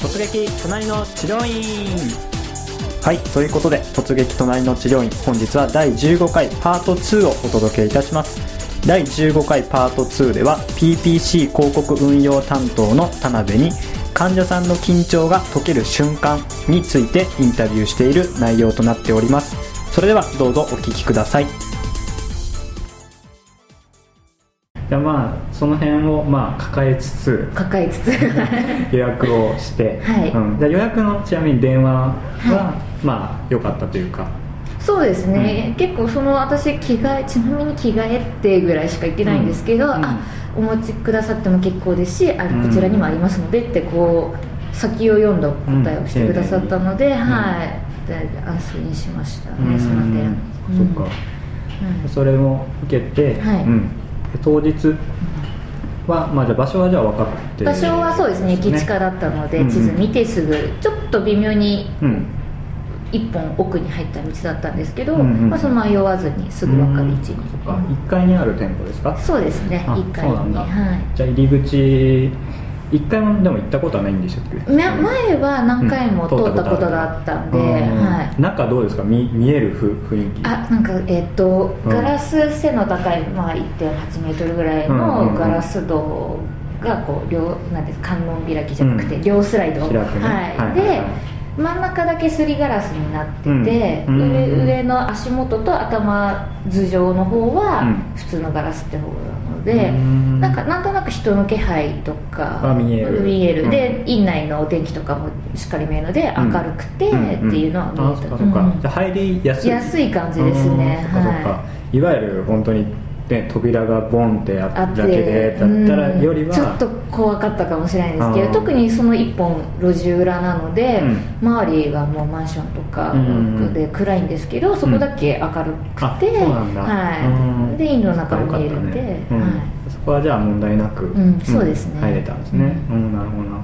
突撃隣の治療院はいということで突撃隣の治療院本日は第15回パート2をお届けいたします第15回パート2では PPC 広告運用担当の田辺に患者さんの緊張が解ける瞬間についてインタビューしている内容となっておりますそれではどうぞお聞きくださいじゃあまあその辺をまあ抱えつつ抱えつつ予約をして、はいうん、じゃあ予約のちなみに電話は、はまあ良かったというかそうですね、結構その私着替えちなみに着替えってぐらいしか言ってないんですけど、うんあお持ちくださっても結構ですしあうんこちらにもありますのでってこう先を読んだ答えをしてくださったので、んはいだいぶ安心しましたうね、んその点、そっうんかはい、それも受けて、はいうん、で当日は、まあ、じゃあ場所はじゃあ分かって場所はそうですね駅近だったので、うん地図見てすぐちょっと微妙にうん一本奥に入った道だったんですけど、うんうんまあ、その迷わずにすぐ分かる位置に、うんそっか1階にある店舗ですかそうですねあ1階そうなんにだはいじゃあ入り口1階もでも行ったことはないんでしたっけね前は何回もうん通ったことがあったんで、うんはい中どうですか見見えるふ雰囲気あなんかえっ、とうんガラス背の高い、まあ、1.8メートルぐらいうんうんうのんガラス戸がこう両なんていうんですか観音開きじゃなくて、うん両スライド、開くねはい、はいはいはで真ん中だけすりガラスになってて、うんうん上上の足元と頭頭上の方はうん普通のガラスって方なので、うんなんかなんとなく人の気配とあか見えるうんで院内のお天気とかもしっかり見えるのでう明んるくてっていうのはんんあ見そえ、ったかそっか、うんじゃあ入りやすい安い感じですねうんそっかそっか、、はいわゆる本当に、ね、扉がボンってああっってただけでだったらうんよりは、ちょっと怖かったかもしれないですけあーど特にその一本路地裏なので、う周りがもうマンションとかうんで暗いんですけど、そこだけ明るくて、あそうなんだはうんい、で院の中も見えるんで、よかったねうんはいそこはじゃあ問題なく、うんそうですね入れたんですね、うんなるほどなるほ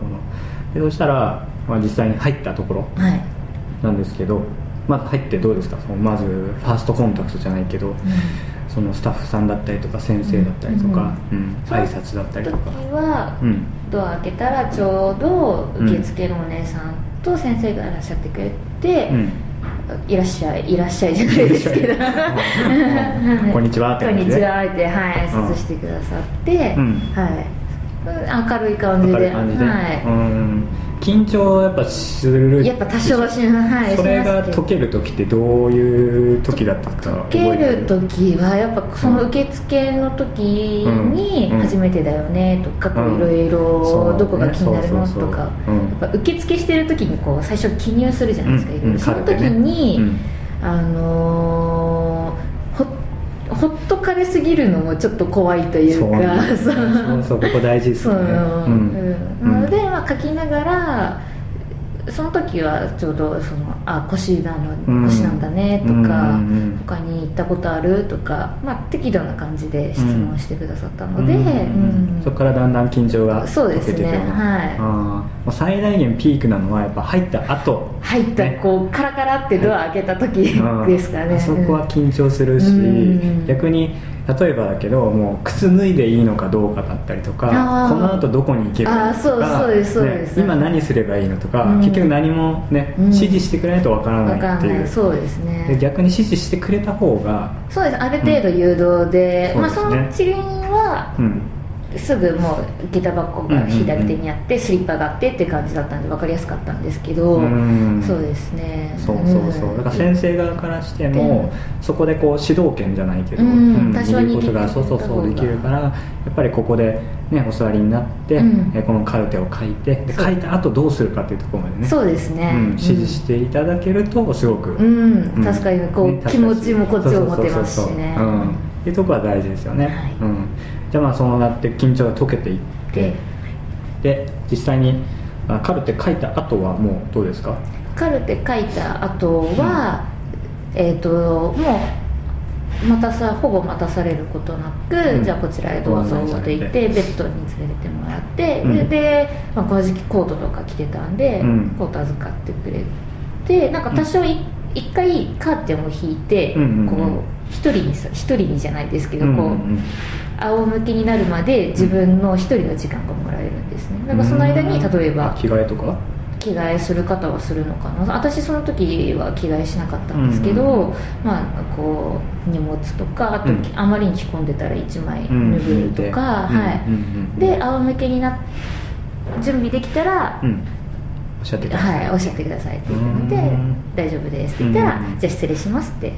どでそしたら、まあ、実際に入ったところはいなんですけどまず入ってどうですかそのまずファーストコンタクトじゃないけど、そのスタッフさんだったりとか先生だったりとか、うん挨拶だったり時とか、はうん、ドア開けたらちょうど受付のお姉さんと先生がいらっしゃってくれて、うんいらっしゃいいらっしゃいじゃないですけど こんにちはってこ感んじにでちはってはい挨拶してくださって、うんはい明るい感じ明るでい感じで、うはん緊張はやっぱするいやっぱ多少はしはいそれがします解けどける時ってどういう時だったか覚えて受ける時はやっぱその受付の時にうんうん「初めてだよね」とかこうんういろいそうろどこが気になるのそうそうそうとかうんやっぱ受付してる時にこう最初記入するじゃないですかうんいろいろその時に、うんあのーほほっとかれすぎるのもちょっと怖いというそうなんかです そようそうそうここ大事ですそよう、ねうんうんなので、まあ、書きながらその時はちょうどそのあ腰なの、うん腰なんだねとか、うんうんうん他に行ったことあるとか、まあ、適度な感じで質問してくださったので、うんうんそこからだんだん緊張がそうですね解けてくるはいあーもう最大限ピークなのはやっぱ入った後入った、ねこうカラカラってドア開けた時うんですかね、あそこは緊張するし、うん逆に例えばだけどもう靴脱いでいいのかどうかだったりとかあーこの後どこに行けるのかあーそうそうですそうですね今何すればいいのとか、うん結局何もねうん指示してくれないとわから分ないかってんいなういそうですねで逆に指示してくれた方がそうですある程度誘導で、うんまあ、そそうでのす治療院はうんすぐもう下駄箱が左手にあって、スリッパがあってって感じだったんで分かりやすかったんですけど、うんそうですねそうそうそうだから先生側からしても、そこでこう指導権じゃないけど、う言ん多少はうことが握ってそうそうそうで握った方がきるからやっぱりここで、ね、お座りになって、うんえこのカルテを書いてでそう書いた後どうするかっていうところまでねそうですね、うん、指示していただけるとすごく、うん、うんうん確かにこう、ね確か気持ちもこっちを持てますそうそうそうそしねううんっていうところは大事ですよね、はいうん、じゃあまあそうなって緊張が解けていってでで実際にあカルテ書いた後はもうどうですかカルテ書いた後は、えっ、ともう待たさほぼ待たされることなく、うんじゃあこちらへどうごぞ案内さっれてて言ってベッドに連れてもらって、うんで、まあ、この時期コートとか着てたんで、うんコート預かってくれてなんか多少い一、回カーテンを引いて、うんうんうんこう一人にさ一人にじゃないですけど、こんうんん仰向けになるまで自分の一人の時間がもらえるんですねなんかその間に例えばあ着替えとか着替えする方はするのかな私その時は着替えしなかったんですけど、うんまあこう荷物とかあと、うんあまりに着込んでたら1枚脱ぐとか、うんはうんうい、んうんで仰向けになっ準備できたら、うんおっしゃってください、はい、おっしゃってくださいって言うのでうん大丈夫ですって言ったら、うんじゃあ失礼しますって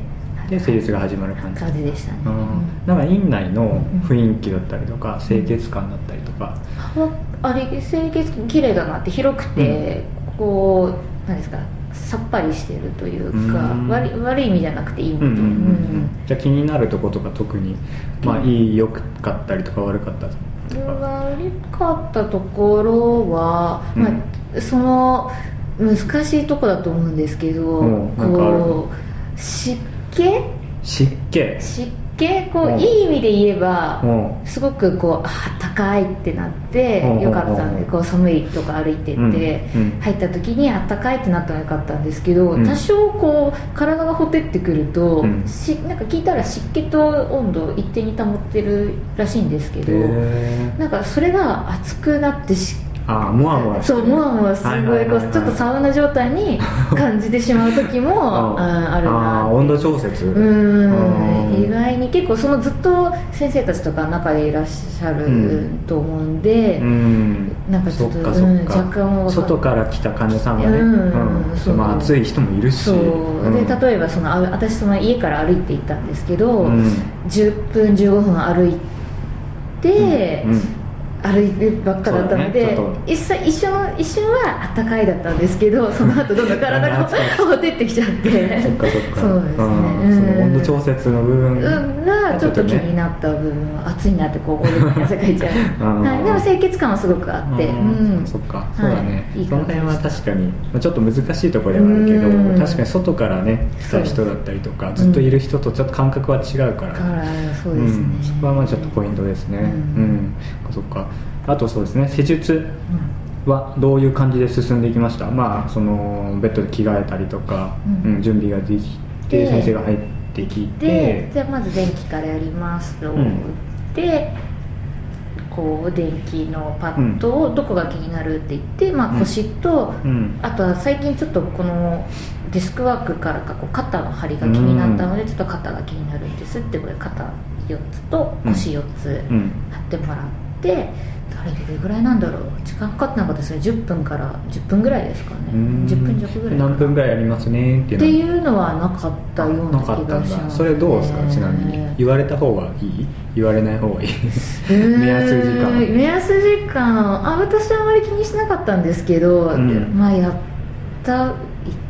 で施術が始まる感じ感じでしたね、ううんんなんか院内の雰囲気だったりとか清潔感だったりとか、あれ清潔綺麗だなって広くて、こうなんですかさっぱりしてるというか、うん悪い悪い意味じゃなくていい意味うで、んうんうんうんうんじゃあ気になるとことか特にまあいい良かったりとか悪かったりとか悪かったところは、うんまあ、その難しいとこだと思うんですけど、うんなんかあるこう湿気湿気湿気こう、うんいい意味で言えば、もすごくこうあったかいってなってうんよかったんうでんこう寒いとか歩いてって、うんうん入った時にあったかいってなったらよかったんですけど、うん多少こう体がほてってくると、うんしなんか聞いたら湿気と温度を一定に保ってるらしいんですけうど、へなんかそれが熱くなってしーああもわもわそうもわもわすごいこうちょっとサウナ状態に感じてしまう時も、 うんあるなあっーて温度調節うーうんん意外に結構そのずっと先生たちとか中でいらっしゃると思うんで、うんなんかちょっとそっかそっかうん若干は外から来た患者さんがね、うんうんそうまあ、暑い人もいるしそう、うんで例えばそのあ私その家から歩いて行ったんですけど、うん10分15分歩いて、うん歩いてばっかだったので、そうだね一切一瞬の一瞬はあったかいだったんですけどその後どんどん体 あがーそうほてってきちゃってそっかそっかそうですねんうんその温度調節の部分うんがちょっと気になった部分は暑いなってこう俺汗かいちゃ あーう、はい、でも清潔感はすごくあって、うんうんそっかそうだね、はいいいその感じ辺は確かにまあちょっと難しいところではあるけど、うん確かに外からね来た人だったりとかずっといる人とちょっと感覚は違うかだらからそうですね、んそこはまあちょっとポイントですねううんん、そっかあとそうですね施術はどういう感じで進んでいきましたまあそのベッドで着替えたりとか、ううんん準備ができてで先生が入ってきで、てじゃあまず電気からやりますと、うんでこう電気のパッドをどこが気になるって言って、まうんあ、腰と、うんあとは最近ちょっとこのデスクワークからかこう肩の張りが気になったので、ちょっと肩が気になるんですってこれ肩4つと腰4つうん貼ってもらって、あれどれぐらいなんだろう時間かかってなかったですね10分から10分ぐらいですかねうん10分弱ぐらいかな何分ぐらいやりますねっていうっのてはいうのはなかったようなな気かったがんしだます、ね、それどうですかちなみに言われた方がいい言われない方がいい目目安時間目安時間あ私はあまり気にしなかったんですけど、うんまあやった言っ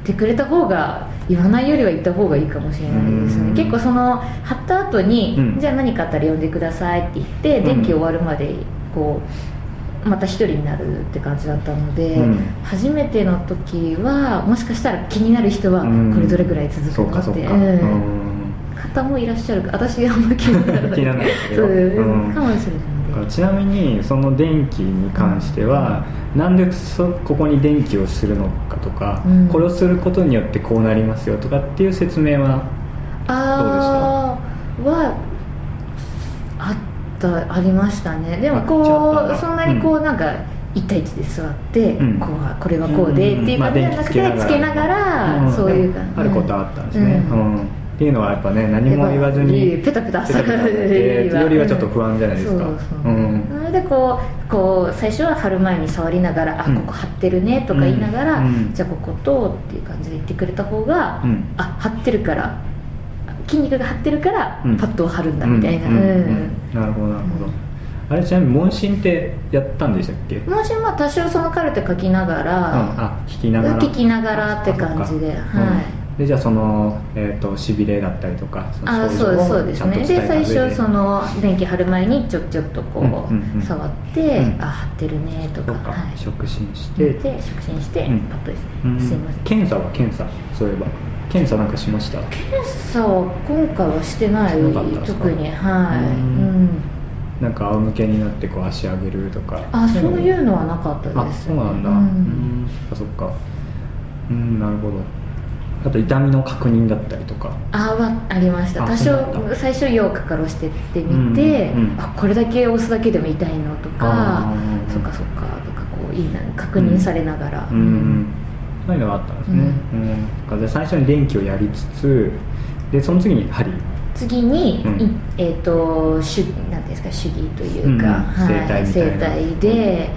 てくれた方が言わないよりは言った方がいいかもしれないですうねん結構その貼った後に、うんじゃあ何かあったら呼んでくださいって言ってうん電気終わるまでこうまた一人になるって感じだったので、うん初めての時はもしかしたら気になる人はうんこれどれぐらい続そうくのかっそうて、かうんうん方もいらっしゃるか私あんま気にならない気にならないですけどそううんかもしれないんでちなみにその電気に関しては、なんでそここに電気をするのかとか、うんこれをすることによってこうなりますよとかっていう説明はああはあったありましたねでもあちょっことなうそんなにこう、なんか一対一で座って、うんこうはこれはこうで、んっていう感じじゃなくて、まあ電気つけながら、うんそういう感じあることはあったんですね、ううんんっていうのはやっぱね何も言わずやにっぱりペタペタペタペタ やってよりはちょっと不安じゃないですかそうそううんなのでこうこう最初は貼る前に触りながら「うんあここ貼ってるね」とか言いながら「うんじゃあここと」っていう感じで言ってくれた方が「うんあ貼ってるから筋肉が張ってるからうんパッドを貼るんだ」みたいな、ううんんうんうんなるほどなるほど、うんあれちなみに問診ってやったんでしたっけ、もしも多少そのカルテ書きながら、あ聞きながら聞きながらって感じであそっかはいうんでじゃあその、えー、としびれだったりとかそのあ症そうです状をそうですねちゃんでと伝えた上最初その電気貼る前にちょちょっとこう、うんうんうん触って、うんあ貼ってるねとそかうか、はい触診して、で触診して、うんパッとですね、うんすいません検査は検査そういえば検査なんかしました検査は今回はしてないしてなかったですか特にはうい、んうんなんか仰向けになってこう足上げるとかあそういのうのはなかったあですそうなんだ、うん、そっかそっかうんなるほどあと痛みの確認だったりとかあはありましたあ多そうなんだ少最初よくから押してってみて、うんうんうんあこれだけ押すだけでも痛いのとあかーそっかそっかとかこういいな確認されながら、うんそういうのがあったんですね、うんだから最初に電気をやりつつでその次に針次に、うんいえっ、と主なんていうんですか主義というか、うんはい、整整体みたいな体で、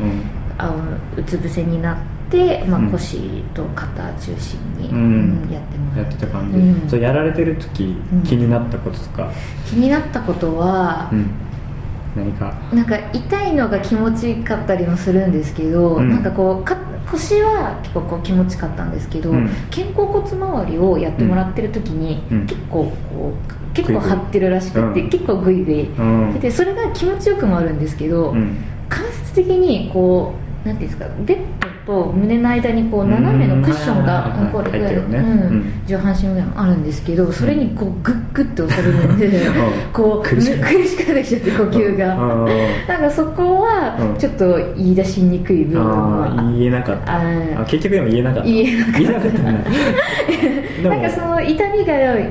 うんあうつ伏せになって、まあうん、腰と肩中心に、うんうんやってもやらっててた感じ、うんそうやられてる時うん気になったこととか、気になったことはう、ん何かなんか痛いのが気持ちよかったりもするんですけど、うんなんかこうか腰は結構こう気持ちよかったんですけど、うん肩甲骨周りをやってもらってる時に、うん結構こう結グイ構グイ張ってるらしくて、うん結構グイグイうんでそれが気持ちよくもあるんですけど、うん間接的にこうなんていうんですかベッドと胸の間にこう斜めのクッションうんはいはいはがいこれぐらい、入ってるよねうんうん上半身ぐらいもあるんですけどそれにこうグッグッと押されるんで、 うんこう苦苦ししくくななってきちゃって呼吸が、うん なんかそこうはんちょっと言い出しにくい部分もあー言えなかったあーあ結局でも言えなかった言えなかったんだでも なんかその痛みがうん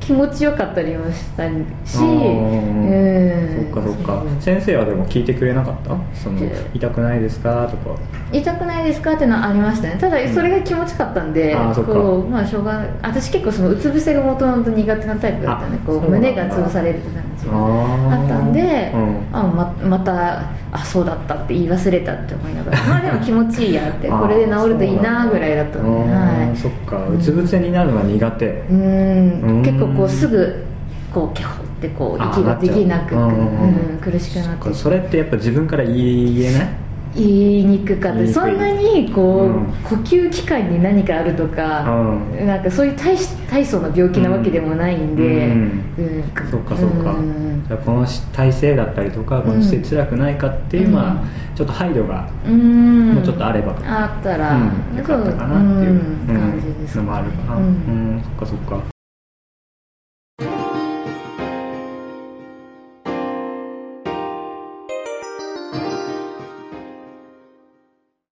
気持ちよかったりもしたしあーうんそっかそっかそう先生はでも聞いてくれなかったそので痛くないですかとか痛くないですかっていうのはありましたねただそれが気持ちよかったんで、あーそっかこうまあしょうがない私結構そのうつ伏せがもともと苦手なタイプだったんであこそうなうんだ胸が潰されるって感じがああったんで、うんあままたあそうだったって言い忘れたって思いながらまあでも気持ちいいやってあーこれで治るといいなぐらいだったそんうなんで、だあーはい、そっかうつ伏せになるのは苦手ううんん結構こうすぐこうキャホってこうあ息ができなくなっちゃううんうん苦しくなってそれってやっぱ自分から言えない言いにくかっ言いにくいたそんなにこう、うん呼吸器官に何かあるとか、うなんかそういう大し大層な病気なわけでもないんで、うんうんそっかそっかうんじゃあこの体勢だったりとかこの姿勢辛くないかっていう、うんまあちょっと配慮がうんもうちょっとあれば、うん、よあったら、かったかなっていううんうん感じですのねもあるかな、ううんんそっかそっか